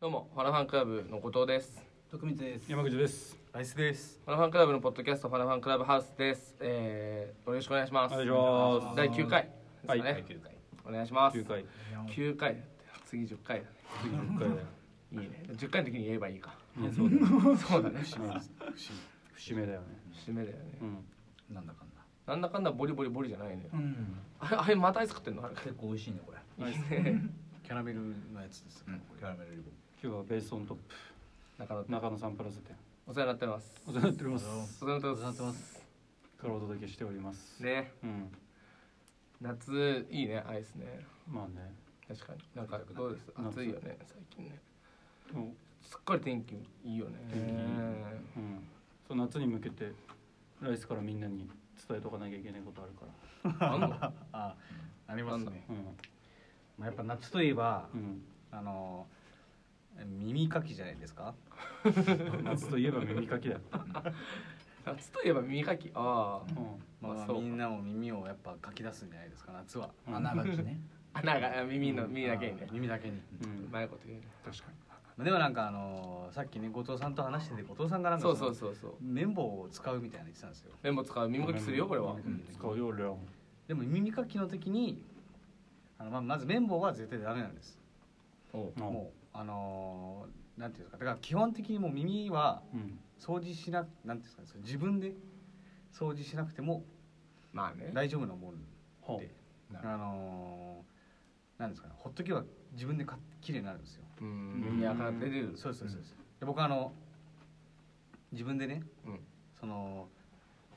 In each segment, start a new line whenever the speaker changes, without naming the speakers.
どうも、ファナファンクラブの後藤です。
徳光です。
山口です。
アイスです。
ファナファンクラブのポッドキャスト、ファナファンクラブハウスです。えー、よろしくお願いします。
お願いします
第9回ですかね。
はい第9回
お願いします。
9回。
9回だって、次10回だね。
次10回だよ。
いいね。10回の時に言えばいいか。
そうだね。
そうだね。
節目です。節
節目だよね。
締めだよね
う。ん。
なんだかんだ。
なんだかんだボリボリボリじゃないね
う。ん。
あれ、あれまたアイス食ってんのあれ。
結構美味しいねこれ。
いい ね。
目キャラメルのやつです。
キャラメルリボン。
今日はベースオントッ
中野
プ中野サンプラス店。
お世話になってます。
お世話になっております。
お世話になって
な
ま
ってます。
からお届けしております。
す。ね、
うん。
夏いいね、アイスね。
まあね。
確かに。なんかどうです
夏
暑いよね、最近ね。
うん
すっかり天気いいよね。
天気いいうん。そう夏に向けてライスからみんなに伝えとかなきゃいけないことあるか
あんの
あ、ありますね。
ら。
まあやっぱ夏といえば
う、ん。
あの耳かきじゃないですか。
うん。夏といえば耳かきだよ。
夏といえば耳かきあ
う
あ
ま
ん。
あ
まあ
まあ
そうか
みんなも耳をやっぱかき出すんじゃないですか。夏は。
うん
穴がちね。
穴が耳の耳だけにね
あ 耳だけに。
うん
う。まいこと言うね
確か
まあでもなんかあのさっきね後藤さんと話してて後藤さんがなんか
そうそう
う。
そうそう
綿棒を使うみたいなの言ってたんですよ。
綿棒使う耳かきするよこれは
に。使うよ俺は。
でも耳かきの時に、あのまあまず綿棒は絶対ダメなんです。
おう
うん
もうあのーなんていうんですか。だから基本的にもう耳は
うん。
掃除しななんていうんですかねそれ自分で掃除しなくても
まあね
大丈夫なもん
ほ
で
な
あ
る
のーなんですかねほっとけば自分でか綺麗になるんですよ
うん耳垢が出てる
そうそうそうそうで僕はあの自分でね
うん
その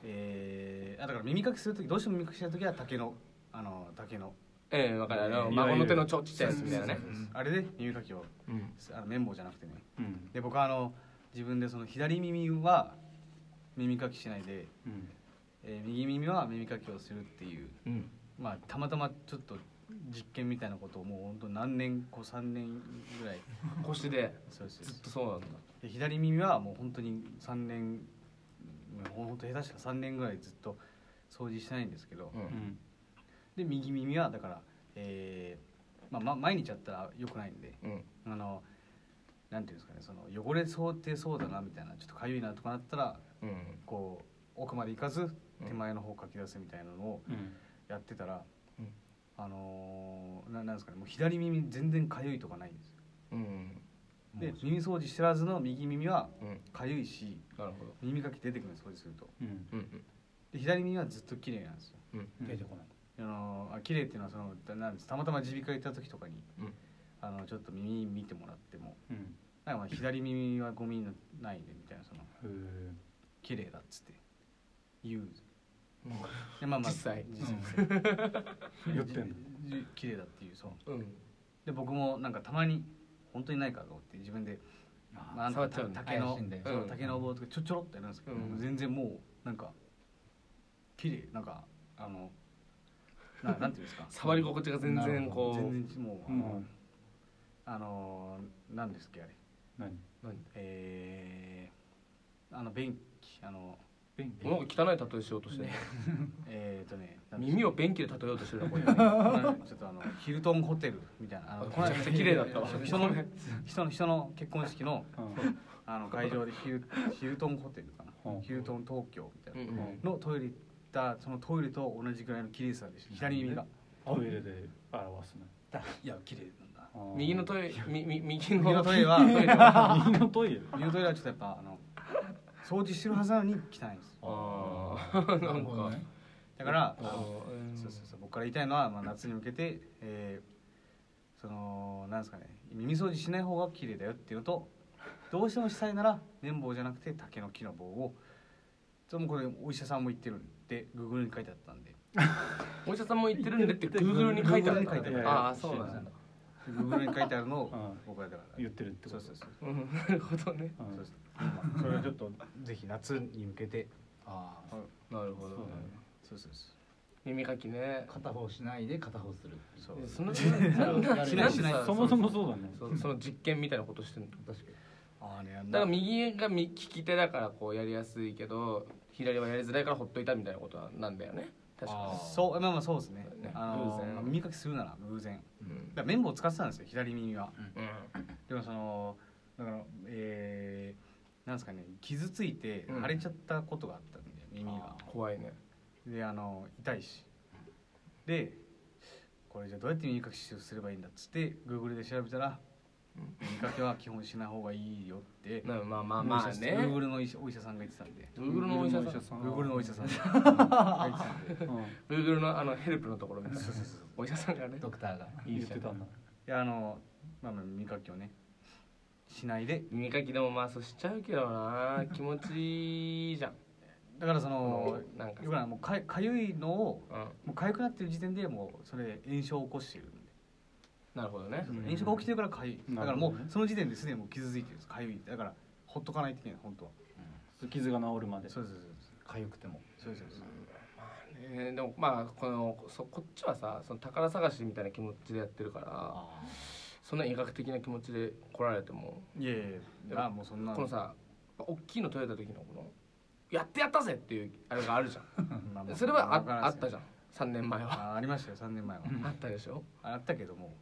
えー、あだから耳かきする時どうしても耳かきした時は竹のあの竹の
ええわかるあの
いわゆる
孫の手のちょちっちゃいやつみたいなね
そうそうそう
あれで耳かきを
うん
あの綿棒じゃなくてね
う。うん。
で僕はあの自分でその左耳は耳かきしないで、
うん。
えー右耳は耳かきをするっていう
うん
まあたまたまちょっと実験みたいなことをもう本当何年こう3年ぐらい
腰で
そうですそうで
ずっ
す
とそうなんだ
で左耳はもう本当に3年もう本当下手したら3年ぐらいずっと掃除してないんですけど、
う
うんん。
で右耳はだから、えーまあ、ま毎日やったらよくないんで
うん
あのなんていうんですかねその汚れそうってそうだなみたいなちょっとかゆいなとかなったら
うん
こう奥まで行かず手前の方かき出すみたいなのを
うん。
やってたら、
うん
あのーななんですかねもう左耳全然かゆいとかないんですよ
うん
で耳掃除してらずの右耳は
うん
かゆいし
なるほど
耳かき出てくるんです掃除すると
うん。
うんうん
で左耳はずっと綺麗なんですよ、
うん
うん
出てこない。
あのーあ綺麗っていうのはそのだなんですたまたま耳鼻科行った時とかに、
うん
あのちょっと耳見てもらっても
うん。
なんかまあ左耳はゴミのないんでみたいなその
へー
綺麗だっつって言う
うん
でまあま
実
あ
際
実際
酔ってんの
じじ綺麗だっていうそう
うん
で僕もなんかたまに本当にないかと思って自分でまあ、なん
触
か
っちゃうの
た竹の
怪しいんだよ
そう
うん
竹の棒とかちょちょろってやるんですけど、
うん
全然もうなんか綺麗なんかあのななんていうんですか
触り心地が全
なる
然
ほ
こう
全然もう、
も
あのなんですっけあれ
う何
何
えー、あの便器あの
便器
なんか汚い例えしようとしてる
えー、とねなんです
耳を便器で例えようとしてるのこれ
あのちょっとあのヒルトンホテルみたいなあの
めちゃくちゃ綺麗だったわ
人の人の人の結婚式の
うん
あの会場でヒルヒルトンホテルか
う
なんヒルトン東京みたいな
うんうん
のトイレ行ったそのトイレと同じぐらいの綺麗さでした左耳が
トイレで表す
いや綺麗なんだ
の
右のトイレみみ右
右
の
のトイレは
は
レ右のトイレ
右のトイレはちょっとやっぱあの掃除してるはずなのに汚いんです
ああ
な
な
る
ん
ほど
か
ね。
だから
あーうん
そうそうそう僕から言いたいのは、まあ、夏に向けて、えーそのなんですかね耳掃除しない方が綺麗だよっていうのとどうしてもしたいなら綿棒じゃなくて竹の木の棒をそれもこれお医者さんも言ってるんでグーグルに書いてあったんで
お医者さんも言ってるんでって Google に書いてある
Google に書いてあ
る
ああそうなんだ
グーグルに書いてあるのを
うん
僕はだから
言ってるってこ
そうそ
と
うそう
うんなるほどね
うん
そう
それはちょっとぜひ夏に向けて。ああ。
なるほど
そうだ
ね
ね
そうそうそ
耳かきね
片方しないで片方する。
うそう
そのなんなん
し
な
ない
んで
しない
さ
そもそもそうだね
そうその実験みたいなことしてるの
確かに。
ああね
だから右がみ利き手だからこうやりやすいけど左はやりづらいからほっといたみたいなことなんだよね確か
あー
そうまあまあそうですね
ね
あの
偶然
まあ耳かきするなら偶然
にうん
だから綿棒を使ってたんですよ左耳は
うん
でもそのだからえー、なんですかね傷ついて
うん
腫れちゃったことがあったんで、耳が
怖いね
であの痛いしでこれじゃあどうやって耳かきすればいいんだっつって Google で調べたら
うん
耳かきは基本しない方がいいよって
なまあまあまあね
Google のお医者お医者さんが言ってたんで
Google のお医者さん
さ
Google のお 医者さんが言ってたんで
Google のあのヘルプのところで
そうそうそうそう
お医者さんがね
ドクターが
うん、言ってたんだ
いやあの、まあ、まあ耳かきをねしないで
耳かきでもまあそうしちゃうけど な気持ちいいじゃん
だからそ
あ
の
のなんか
よくないもうかかゆいのを
うん
もうかゆくなってる時点でもうそれで炎症を起こしてるんで
なるほどね
うん
炎症が起きてるからかゆいだから
なるほ
も
どね
うその時点ですでにもう傷ついてるんですかゆいだからほっとかないといけない本当は
傷が治るまで
そうそう
かゆくても
そうそうそうそうそう
えーでもまあこのそこっちはさその宝探しみたいな気持ちでやってるからそんな医学的な気持ちで来られても
いやいやい
でも
やあもうそんな
このさ大きいの取れた時のこのやってやったぜっていうあれがあるじゃ
まあま
ん
あ
それは
わから
ああ
んす
っ
よ
たじゃん3年前は
あありましたよ3年前は
あったでしょ
あったけども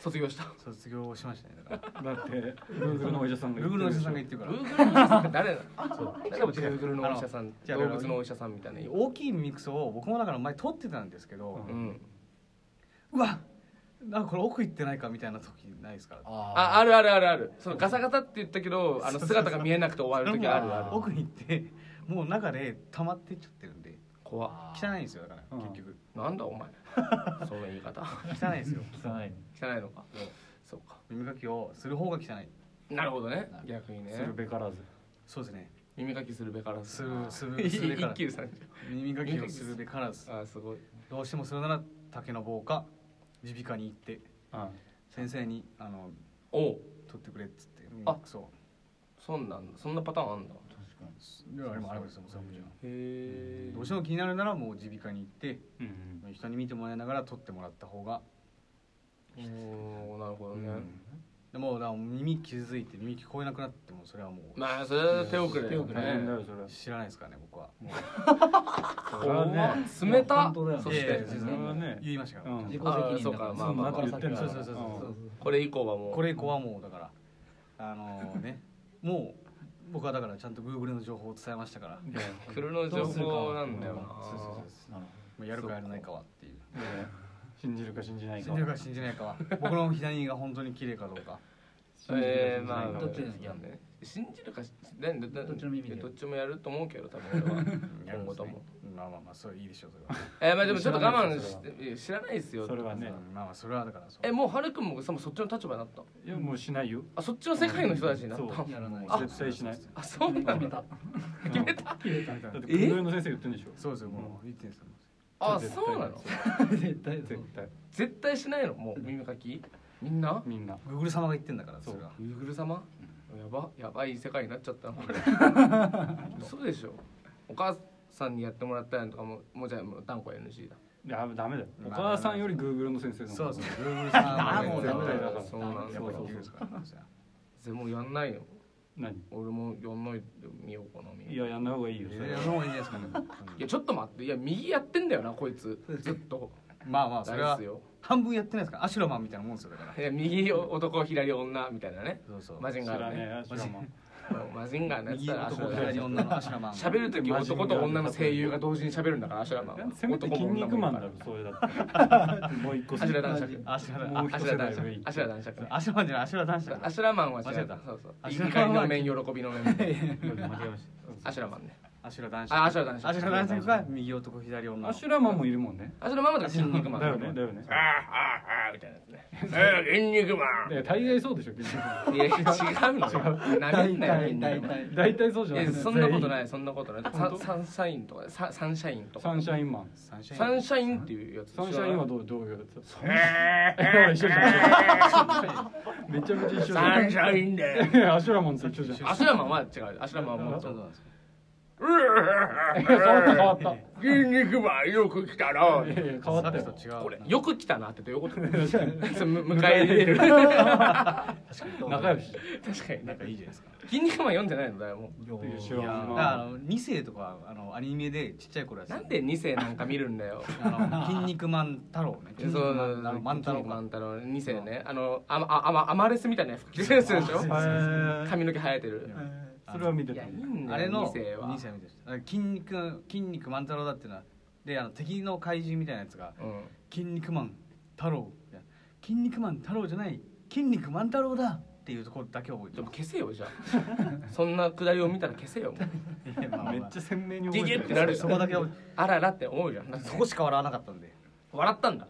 卒業した
卒業しましたねだから
だって Google のお医者さんが
ルグルのお医者さんが
言
言ってるか
Google
ら
のお医者さんって誰な
そう
の誰も Google のお医者さん
違う
動物のお医者さんみたいな
大きいミクソを僕もだから前撮ってたんですけど
う
うん
うわなんかこれ奥行ってないかみたいな時ないですから
ああるあるあるあるそのガサガサって言ったけどあの姿が見えなくて終わる時ある
あ
ある
ー
奥に行ってもう中で溜まってっちゃってるんで
怖っ
汚いんですよだから
うん
結局
なんだお前その言い方
汚いですよ
汚い
汚いのかそうか
耳かきをする方が汚い
なるほどね
なる
逆に
する
ね
べからず
そうですね
耳かきするべからず
するするするべか
一
ら
級さんじ
耳かきをするべからず
ゃんあーすごい
どうしてもするなら竹の棒か耳鼻科に行って
あ
先生にあの
おお
取ってくれっつって
あ
そ
そんなんそんなパターンあんだへ
確かに
ういやあれもあるんですよもちろん
え
どうしても気になるならもう耳鼻科に行って
うんうん
人に見てもらいながら取ってもらった方が
おーなるほどね
でもうだから耳傷ついて耳聞こえなくなってもそれはもう
まあそれは手遅れだよ
大変だ
ね
よそれ
知らないですからね僕はも
それ
怖
は
っ
ね
冷た
本当だよね
そ
い
し
やいや
て
全然
それはね
言いましたから、
うん
自己責任
あーそう
だ
か
から
まあまあま
だ
あ
から言ってんだから
そうそうそうそう
これ以降はもう
これ以降はもうだからあのねもう僕はだからちゃんと Google の情報を伝えまし たから
いや
来るの情報なんだよな
そうそうそう
なるほ
まあやるかやらないかはっていう
いや信じるか信じないか
信じるか信じないかは僕の左が本当に綺麗かどうか
信じるか
えー
信じない
ま
か
あ
どっちですか
ね信じるかしななな
どっちの耳で
どっちもやると思うけど多分俺は
うんやるんです
今後
ねまあまあまあそれいいでしょうそれは
えーまあでもちょっと我
知らな
慢
いです
し
よ
いや知らないですよ
それはね
うんまあまあそれはだからそう
えもうはるくんもさもうそっちの立場になった
いやもうしないよ
あそっちの世界の人たちになった
そう
どやらない
あ絶対しない
あそうな
決
ん
め
だ
た
決めた
決めた
だって病院の先生言ってんでしょ
そうですよもう言ってんですよ
あそうなの
絶対そ
絶
う
対
絶対しないのもう耳かきみんな
みんな
Google 様が言ってんだからそれは
グーグル様やばやばい世界になっちゃったなこれ嘘でしょお母さんにやってもらったやんとかももうじゃあもう断固 NG だ
いやダメだよお
まあ
母さんより Google の先生の方
そ
が
うそう Google 様
あもうダメだよ
だから
そうなんだ
やっぱ
よ
りですから
全もうやんないよ
何
俺もやんないでみようかなみんない
ややんな方がいいよそ
い
れ
や
は
その方がいいんじゃないですかね
いやちょっと待っていや右やってんだよなこいつずっと
まあまあそれ
大
は
事よ
半分やってないですからアシュラマンみたいなもんですよだから
いや右男左女みたいなね
そうそう
マジン
知
ガー
ら
のね
ねえ知らんわ
うんマジンガーのやつ
右
だら
男左女のアシュラマン
喋る時男と女の声優が同時に喋るんだからアシュラマンは
せめて筋肉マンだろ
男も
それだってもう一個
アシュラ男爵
アシュラ
もう一
女も女もアシュラ
世代
男
上
爵
行
ア
っ
シュラ男爵ね
アシュラマンじゃないアシュラ男子だから
アシュラマンは違う
間違えた
そうそう
アシュラ
怒り
マンは
の面喜びの面
て間違えまし
アシュラマンね
アシュラ男子
あアシュラ男爵
アシュラ男爵が右男左女
た
の
アシュラマンもいるもんね
アシュラマンは筋肉マン
だよねだよね
ああああみたいなやつねああ筋肉マン
いや大概そうでしょ筋肉マ
いや違うのよなめんな
大
よ
体
筋肉
大
マン
体
ン大体そうじゃない
えそんなこと
い
ないそんなことないサンサンシャインとかササンシャインと
サ
か
ンシャインマン
サンシ
サ
ャイン
ンシャインっていうやつ
サンシャインはどうどういうやつ
え
一緒じゃん めちゃめちゃ一緒じゃ
サ
ん
ンシャインで
いやアシュラマンと一緒じゃん
アシュラマンは違うアシュラマンはもう
そうなんですか
いや変わった変わっ
筋肉マンよく来たな
たいやいや変わ
さ
っ
ったきと違
よ
うな
これよく来たなってどういうことそれ迎え
迎え
入
入
れ
れ
る
る
確
仲良し
かにな
な
んん
か
か
いいじゃないですか
筋肉マン読んでないのだよも
いや知
い
ら
や
ん
だからあの2世とかあのアニメでちっちゃい頃や
うなんで2世なんか見るんだよ
あの筋肉マン太郎ね
そう
筋肉マンあのマン太郎
マ
か
ン太郎2世ねあのあまああまアマレスみたいな服着てるやつでしょ
へー
髪の毛生えてる
それは見て
い
た
やいいんだよ
あれの
2世は
二世みたいなだから筋肉筋肉マン太郎だってなであの敵の怪人みたいなやつが
うん
筋肉マン太郎みたいな筋肉マン太郎じゃない筋肉マン太郎だっていうところだけ覚え
で
て
も
ま
消せよじゃあ そんなくだりを見たら消せよ もう
すいやまあまあ
めっちゃ鮮明に
ギ
覚
ギ
え
って
て
な
る
る
そこだけ覚
あららって思うじゃんだって
そこしか笑わなかったんで
笑ったんだ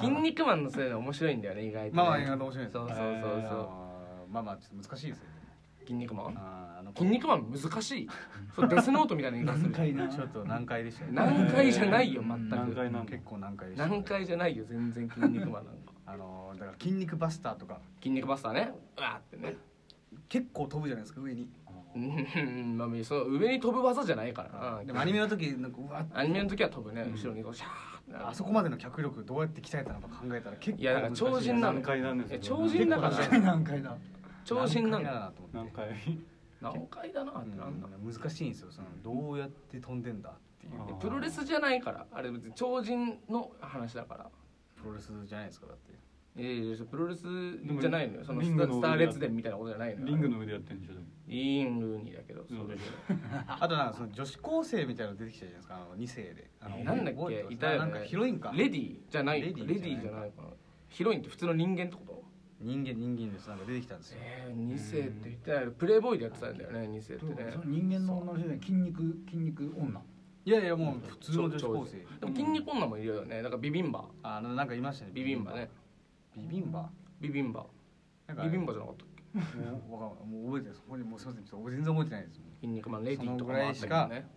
筋肉マンのそういうの面白いんだよね意外とね
まあまあ意外と面白いです
そうそうそうそ
あーまあまあちょっと難しいですよ
う筋肉マン
あーあの
筋肉マン難しいそうデスノートみたいな言い方す る
回なちょっと難解でしたね
難解じゃないよ全
難
く
解なんだ
結構難解でしたね
難解じゃないよ全然筋肉マンなんか
あのーだから筋肉バスターとか
筋肉バスターねうわーってね
結構飛ぶじゃないですか上に
うんまあその上に飛ぶ技じゃないからな
でもアニメの時なんかうわ
アニメの時は飛ぶね後ろにこうシャーってなる
あそこまでの脚力どうやって鍛えたのか考えたら結構
いやだから超人なの
難解なんですよ
え超人だから
何回だ
超新なん
だ
だよ
なと思っ
何
て
回
何回だなってなんだ
うん難しいんですよそのどうやって飛んでんだっていう
プロレスじゃないからあれ別に超人の話だから
プロレスじゃないですかだって
いやいやプロレスじゃないのよその
リ
ス
ング
タ
の
スター列伝みたいなことじゃないのよ
リングの上でやってるんでしょ
リングにだけどそうだけど
あとなんかその女子高生みたいなの出てきたじゃないですかあの2世であの
えなんだっけ
覚えてます
いたよね
なんかヒロインか
レディーじゃないレ
レ
デ
デ
ィ
ィー
ーじゃないかなヒロインって普通の人間ってこと
人間人間ですなんか出てきたんですよ
ええ2世って言ってないプレイボーイでやってたんだよね2世ってね
その人間の女の人で筋肉筋肉女
いやいやもう普通の女子高生
でも筋肉女もいるよねだからビビンバ
あのなんかいましたね
ビビンバね
ビビンバ
ビビンバ
なんか
ビビンバじゃなかったっけ
もうわかんないもう覚えてないですここにもうすいませんちょっと全然覚えてないです
筋肉マンレディーとかもあったけど
そのぐら
ね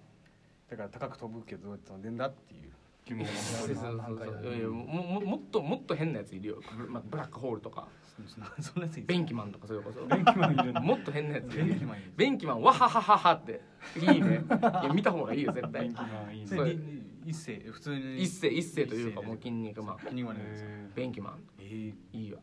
だから高く飛ぶけどどうやって飛んでんだっていう
疑問 が
そう
残
そう
る
そうそういやいやもももっともっと変なやついるよブ,、まあ、ブラックホールとか
そんなそんなやついいですか
便器マンとかそれこそ
電気マンいるんだ
もっと変なやついる
便器マンいいです
便器マンわははははっていいねいや見た方がいいよ絶対
電気マンいい
そ
そう
ね
れに一世普通に
一世一世というかもう筋肉マン
筋肉マンなんですよ
へ
便器マン
え
いいよ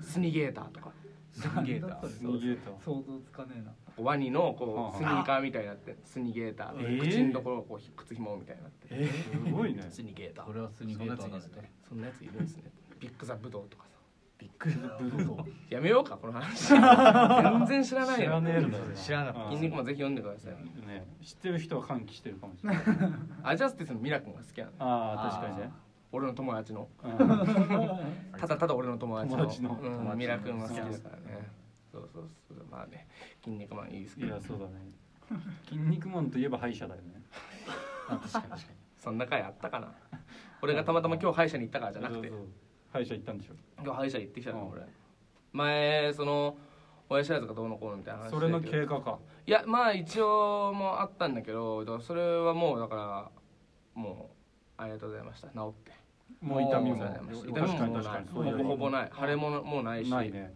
スニゲーターとか
えすげえだ
ー逃げた
想像つかねえな
ワニのこうス
は
ニ
あは
ーカーみたいになってスニゲーター、
えー
口のところをこうひ靴ひもみたいになって、
すご いね
スニゲーター
これはスニーカーだね
そんなやついるんですねビッグザブドウとかさ
びっくり
やめようかこの 話全然知らない
知ら
よ
ねえのだ
知らなかった
筋肉マンぜひ読んでください
ね知ってる人は歓喜してるかもしれない
アジャスティスのミラ君が好きなの
ああ確かにね
俺の友達の
うん
ただただ俺の友達の
友達の
うん
友達の
ミラ君は好きですからねそうそうそうまあね筋肉マンいいですけ
い
ど
やそうだね筋肉マンといえば歯医者だ よね
確かに確か
そんな回あったかな俺がたまたま今日歯医者に行ったからじゃなくて
そうそう歯医者行ったんでしょ
今日歯医者行ってきたの
うん
俺前その親知らずがどうのこうのみたいな話
それの
だけど
経過か
いやまあ一応もあったんだけどだからそれはもうだからもうありがとうございました治って
もう痛みも
ありがとうございまし
確
た痛
か
みも
に
もうな
確か
い
に
ほ
そうだよ
ぼ
ね
ほぼない腫れももうないし
ないね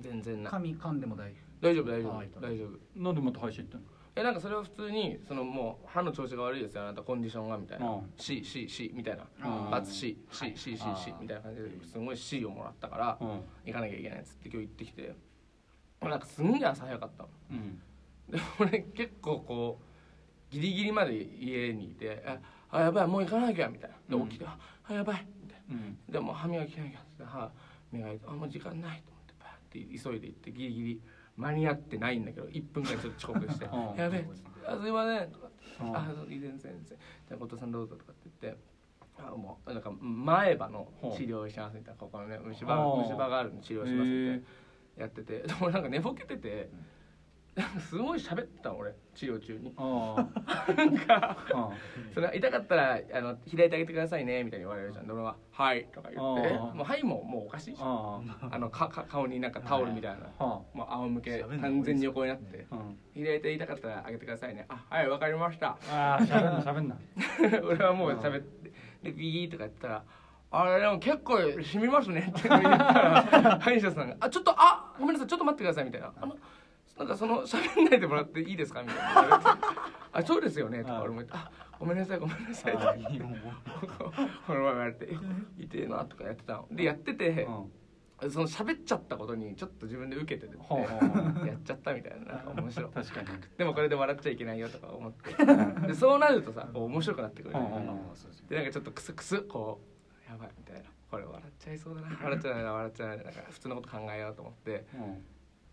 全然ない
髪噛んでも大丈
大丈夫大丈
あーいい
夫
と
大丈夫
なんでまた歯医者行っ
えなんかそれは普通にそのもう歯の調子が悪いですよあなたコンディションがみたいな
うん
「C」「C」「C」みたいな「
たの
バツ C」「C」「C」「C」
あ
C
ー
みたいな感じですごい C をもらったから
うん
行かなきゃいけないっつって今日行ってきてなんかすんげえ朝早かったの
うん
で俺結構こうギリギリまで家にいて「ああやばいもう行かなきゃ」みたいなで起きて「ああやばい」みたい
うん
なでもう歯磨きしなきゃって歯磨いて「あもう時間ない」と思ってバーって急いで行ってギリギリ間に合ってないんだけど1分間ちょっと遅刻して「
うん
やべえ あすいません」とかって「
うん
あいいです全然じゃあ後藤さんどうぞ」とかって言って。あもうなんか前歯の治療をしますみたいなここのね虫歯
うん
虫歯があるの治療しますみたいなやっててでもなんか寝ぼけててなんかすごい喋ってたの俺治療中に
ああうん
それ痛かったらあの左手あげてくださいねみたいに言われるじゃんで俺は「はい」とか言って
あー
もう「はい」ももうおかしいじゃん
あ
あのかか顔になんかタオルみたいな
あは
もう仰向け
喋んない
完全に横になって
あうん
「左手痛かったらあげてくださいね」「あはいわかりました」
ああしゃべんなしゃべんな
俺はもう喋ってでビーとか言ったら「あれでも結構染 みますね」って言ったら歯医者さんが「あちょっとあごめんなさいちょっと待ってください」みたいな「あのなんかその喋んないでもらっていいですかみたいな言われて「あそうですよね」とか俺も言って「あごめんなさいごめんなさい」とか
いいもん
この前言われて「痛えな」とかやってたのでやってて
うん
その喋っちゃったことにちょっと自分で受けてて
ほうほうほ う
やっちゃったみたいななんか面白い
確かに
でもこれで笑っちゃいけないよとか思ってでそうなるとさこう面白くなってくるじゃない
うんうん
でなんかちょっとクスクスこうやばいみたいなこれ笑っちゃいそうだな笑っちゃないな笑っちゃないななんか普通のこと考えようと思って
うん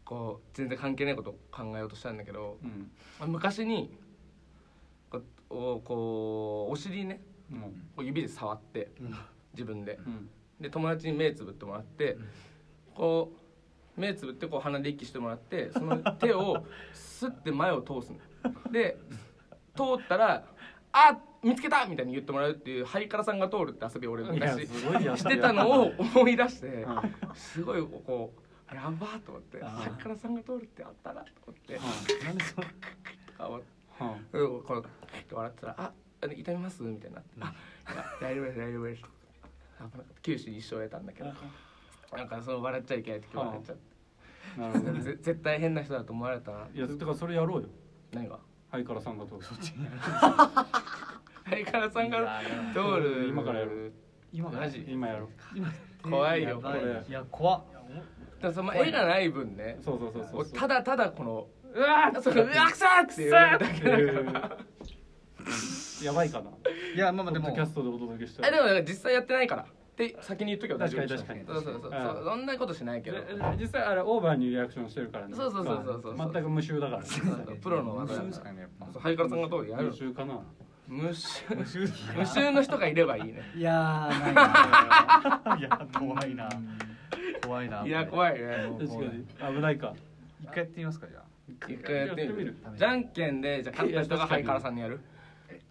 こう全然関係ないことを考えようとしたんだけど
うん
昔にこうおこうお尻ね
うん
こう指で触って自分で
うん
で友達に目つぶってもらってこう目つぶってこう鼻で息してもらってその手をスッて前を通すので通ったら「あ見つけた!」みたいに言ってもらうっていうハイカラさんが通るって遊びを俺
いや
昔
すごいや
してたの
を
を思い出して
うん
すごいこうやばーと思って
あー
ハイカラさんが通るってあったなと思って
なんでそ
顔
うん
うんこのって笑ってたら「ああの痛みます?」みたいになって「あいや大丈夫です大丈夫です」危なかった九州に一生を得たんだけどなんかその笑っちゃいけない時笑っちゃって
なるほど
ぜ 絶対変な人だと思われたない
やてかそれやろうよ
何が
ハイカラさんがどうぞ
ハイカラさんが通る
今からやる
今
マジ
今やろう
怖いよ
やば
これ
いや怖っ
だからその絵がない分ね
そうそうそうそう
もうただただこの「うわー!」その「うわくさー!」っていうだけ
えーやばいかな。
いやまあま
ポ
あで
ッド
も
キャストでお届けした
え
い。
でもなんか実際やってないからって先に言っとけば大丈夫でしょ
確かに
そうそうそうそう
うん
そんなことしないけど
ええ実際あれオーバーにリアクションしてるからね。
そうそうそうそうそう
まあ全く無臭だからね。
プロの技だから
無臭ですかねやっぱ
そうハイカラさんが通るやる
無臭かな。
無臭無臭の人がいればいいね
いやーないないや怖いな怖いないい
や
い
怖いね
確かに危ないか。
一回やってみますかじゃあ
一回やってみる
やってみる
じゃんけんでじゃあ勝った人がハイカラさんにやる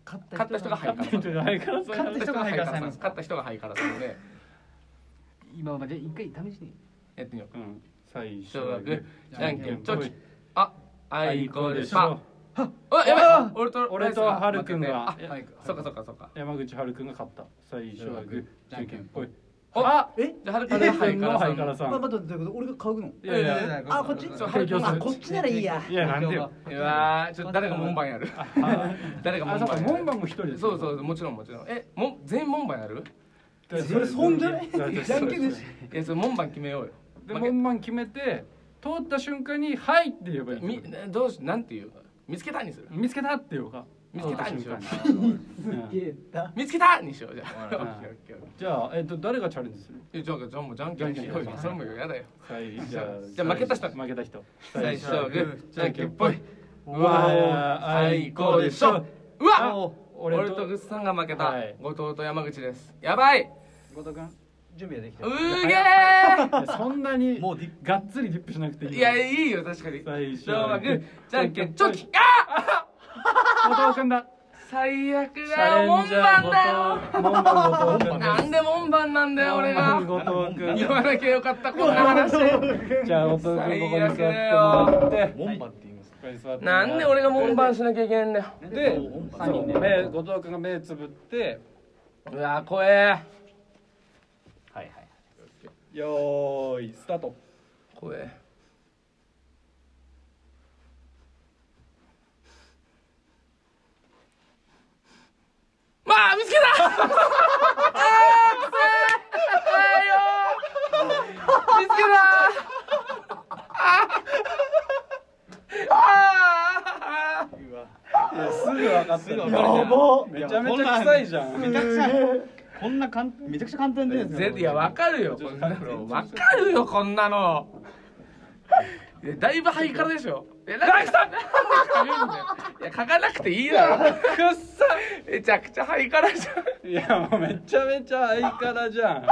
勝っ
勝った人がハイカラさん
ちょっとハイカラさん
勝手
勝った人がハイカラさん
勝
勝った人がハイカラさんで
今まで一回試しに
やってみよう
うん。最初
小
は
学
グ
じゃんけんチョキ
ー。
あ
あ
あい
い
こ
こ
で
で
し
し
ょ
ょ。
あやばい俺と
俺とハルくんが
あ
は
や
い
そっかそっかそっか
山口ハルくんが勝った。最初はグーじ
じ
ゃ
ゃ
ん
ん
け
け
ん
ん
ぽい。
あ
え
じゃあハルくん
ハ
が
ル
ハイ
君
カ
の
ラ
ハ
さ
イカラ
ん
さ
まあ
ん。
待って待って待って俺が買うの
いやいやい
いや
や。
いや
あこっち
そうハルくん
あこっちならいいや
いやなんでよ。
うわーちょっと誰が門番やる誰が
あ
門
そう
番
か
やる
門番も一人で。
そうそうもちろんもちろんえも全員門番やる
それ損じ ゃない
だって
じゃんけんでし
いやそれ門番決めようよ
で
負け
門番決めて通った瞬間に「はい!」って言えばいい
みどうしなんていう見つけたにする
見つけたって言おうか
見つけたにしよう
通った瞬間に
すげえな
見つけたにしようじゃあ
うん
オッケーオッケーオッケ
じゃあ、えっと、誰がチャレンジする
ーえじゃあじゃあもうじゃんけんしようよそれもやだよ
はいじゃあ
じゃあ負けた人
負けた人
最初はグーじゃんけんぽいうわーあいこうでしょう
お
わ
ー
俺
俺と
とグッズさんが負けた
はい
後藤と山口ですやばい
後藤君準備はでき
うーげー
いやそんなに
もうディ
がっつりディップしなくていい
いやいいよ確かに
最初
じゃあ
は
グ
グ
ー
ー
じゃんけんチョキあー
後藤君だ
最悪
チ
だよ門番だよ
ャレンジャー後藤門番後藤君
なんで門番なんだよ俺が
門番後藤君
言わなきゃよかったこんな話
じゃあ後藤君ここに座ってもらって
門番って言います
ここに座ってもら
な
って
んで俺が門番しなきゃいけないんだよ
で、
三人で
そう目後藤君が目つぶって
うわ怖え
はいはい
よーいスタート
怖えまあ見つけたあーくそーあーよー見つけたあーあー
すぐ分かったや
ば
めちゃめちゃ臭いじゃん
めちゃくちゃこんな簡めちゃくちゃ簡単で
ぜいやわかるよこんなのわかるよこんなのいやだいぶハイカラでしょいやラキさんいや書かなくていいだろくっさめちゃくちゃハイカラじゃん
いやもうめちゃめちゃ相方じゃん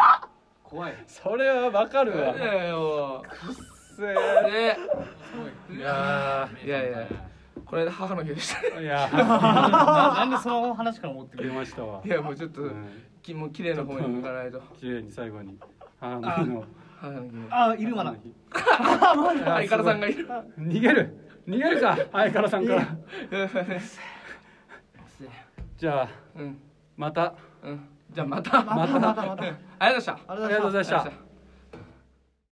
怖い
それは分かるわ
いやいやも
せ
うね
いや
いやいやこれで母の日でしたね
ーいや
ななんでその話から持ってく
出
る
ましたわ
いやもうちょっと
うん
きもう綺麗な方に向かないと
綺麗に最後に母の日の
母の日
あイルマ
母
な
の日
ハイカラさんがいる
逃げる逃げるか相方さんからじゃあ
うん
また
うんじゃあまた
またまたまた
ありがとうございました
ありがとうございました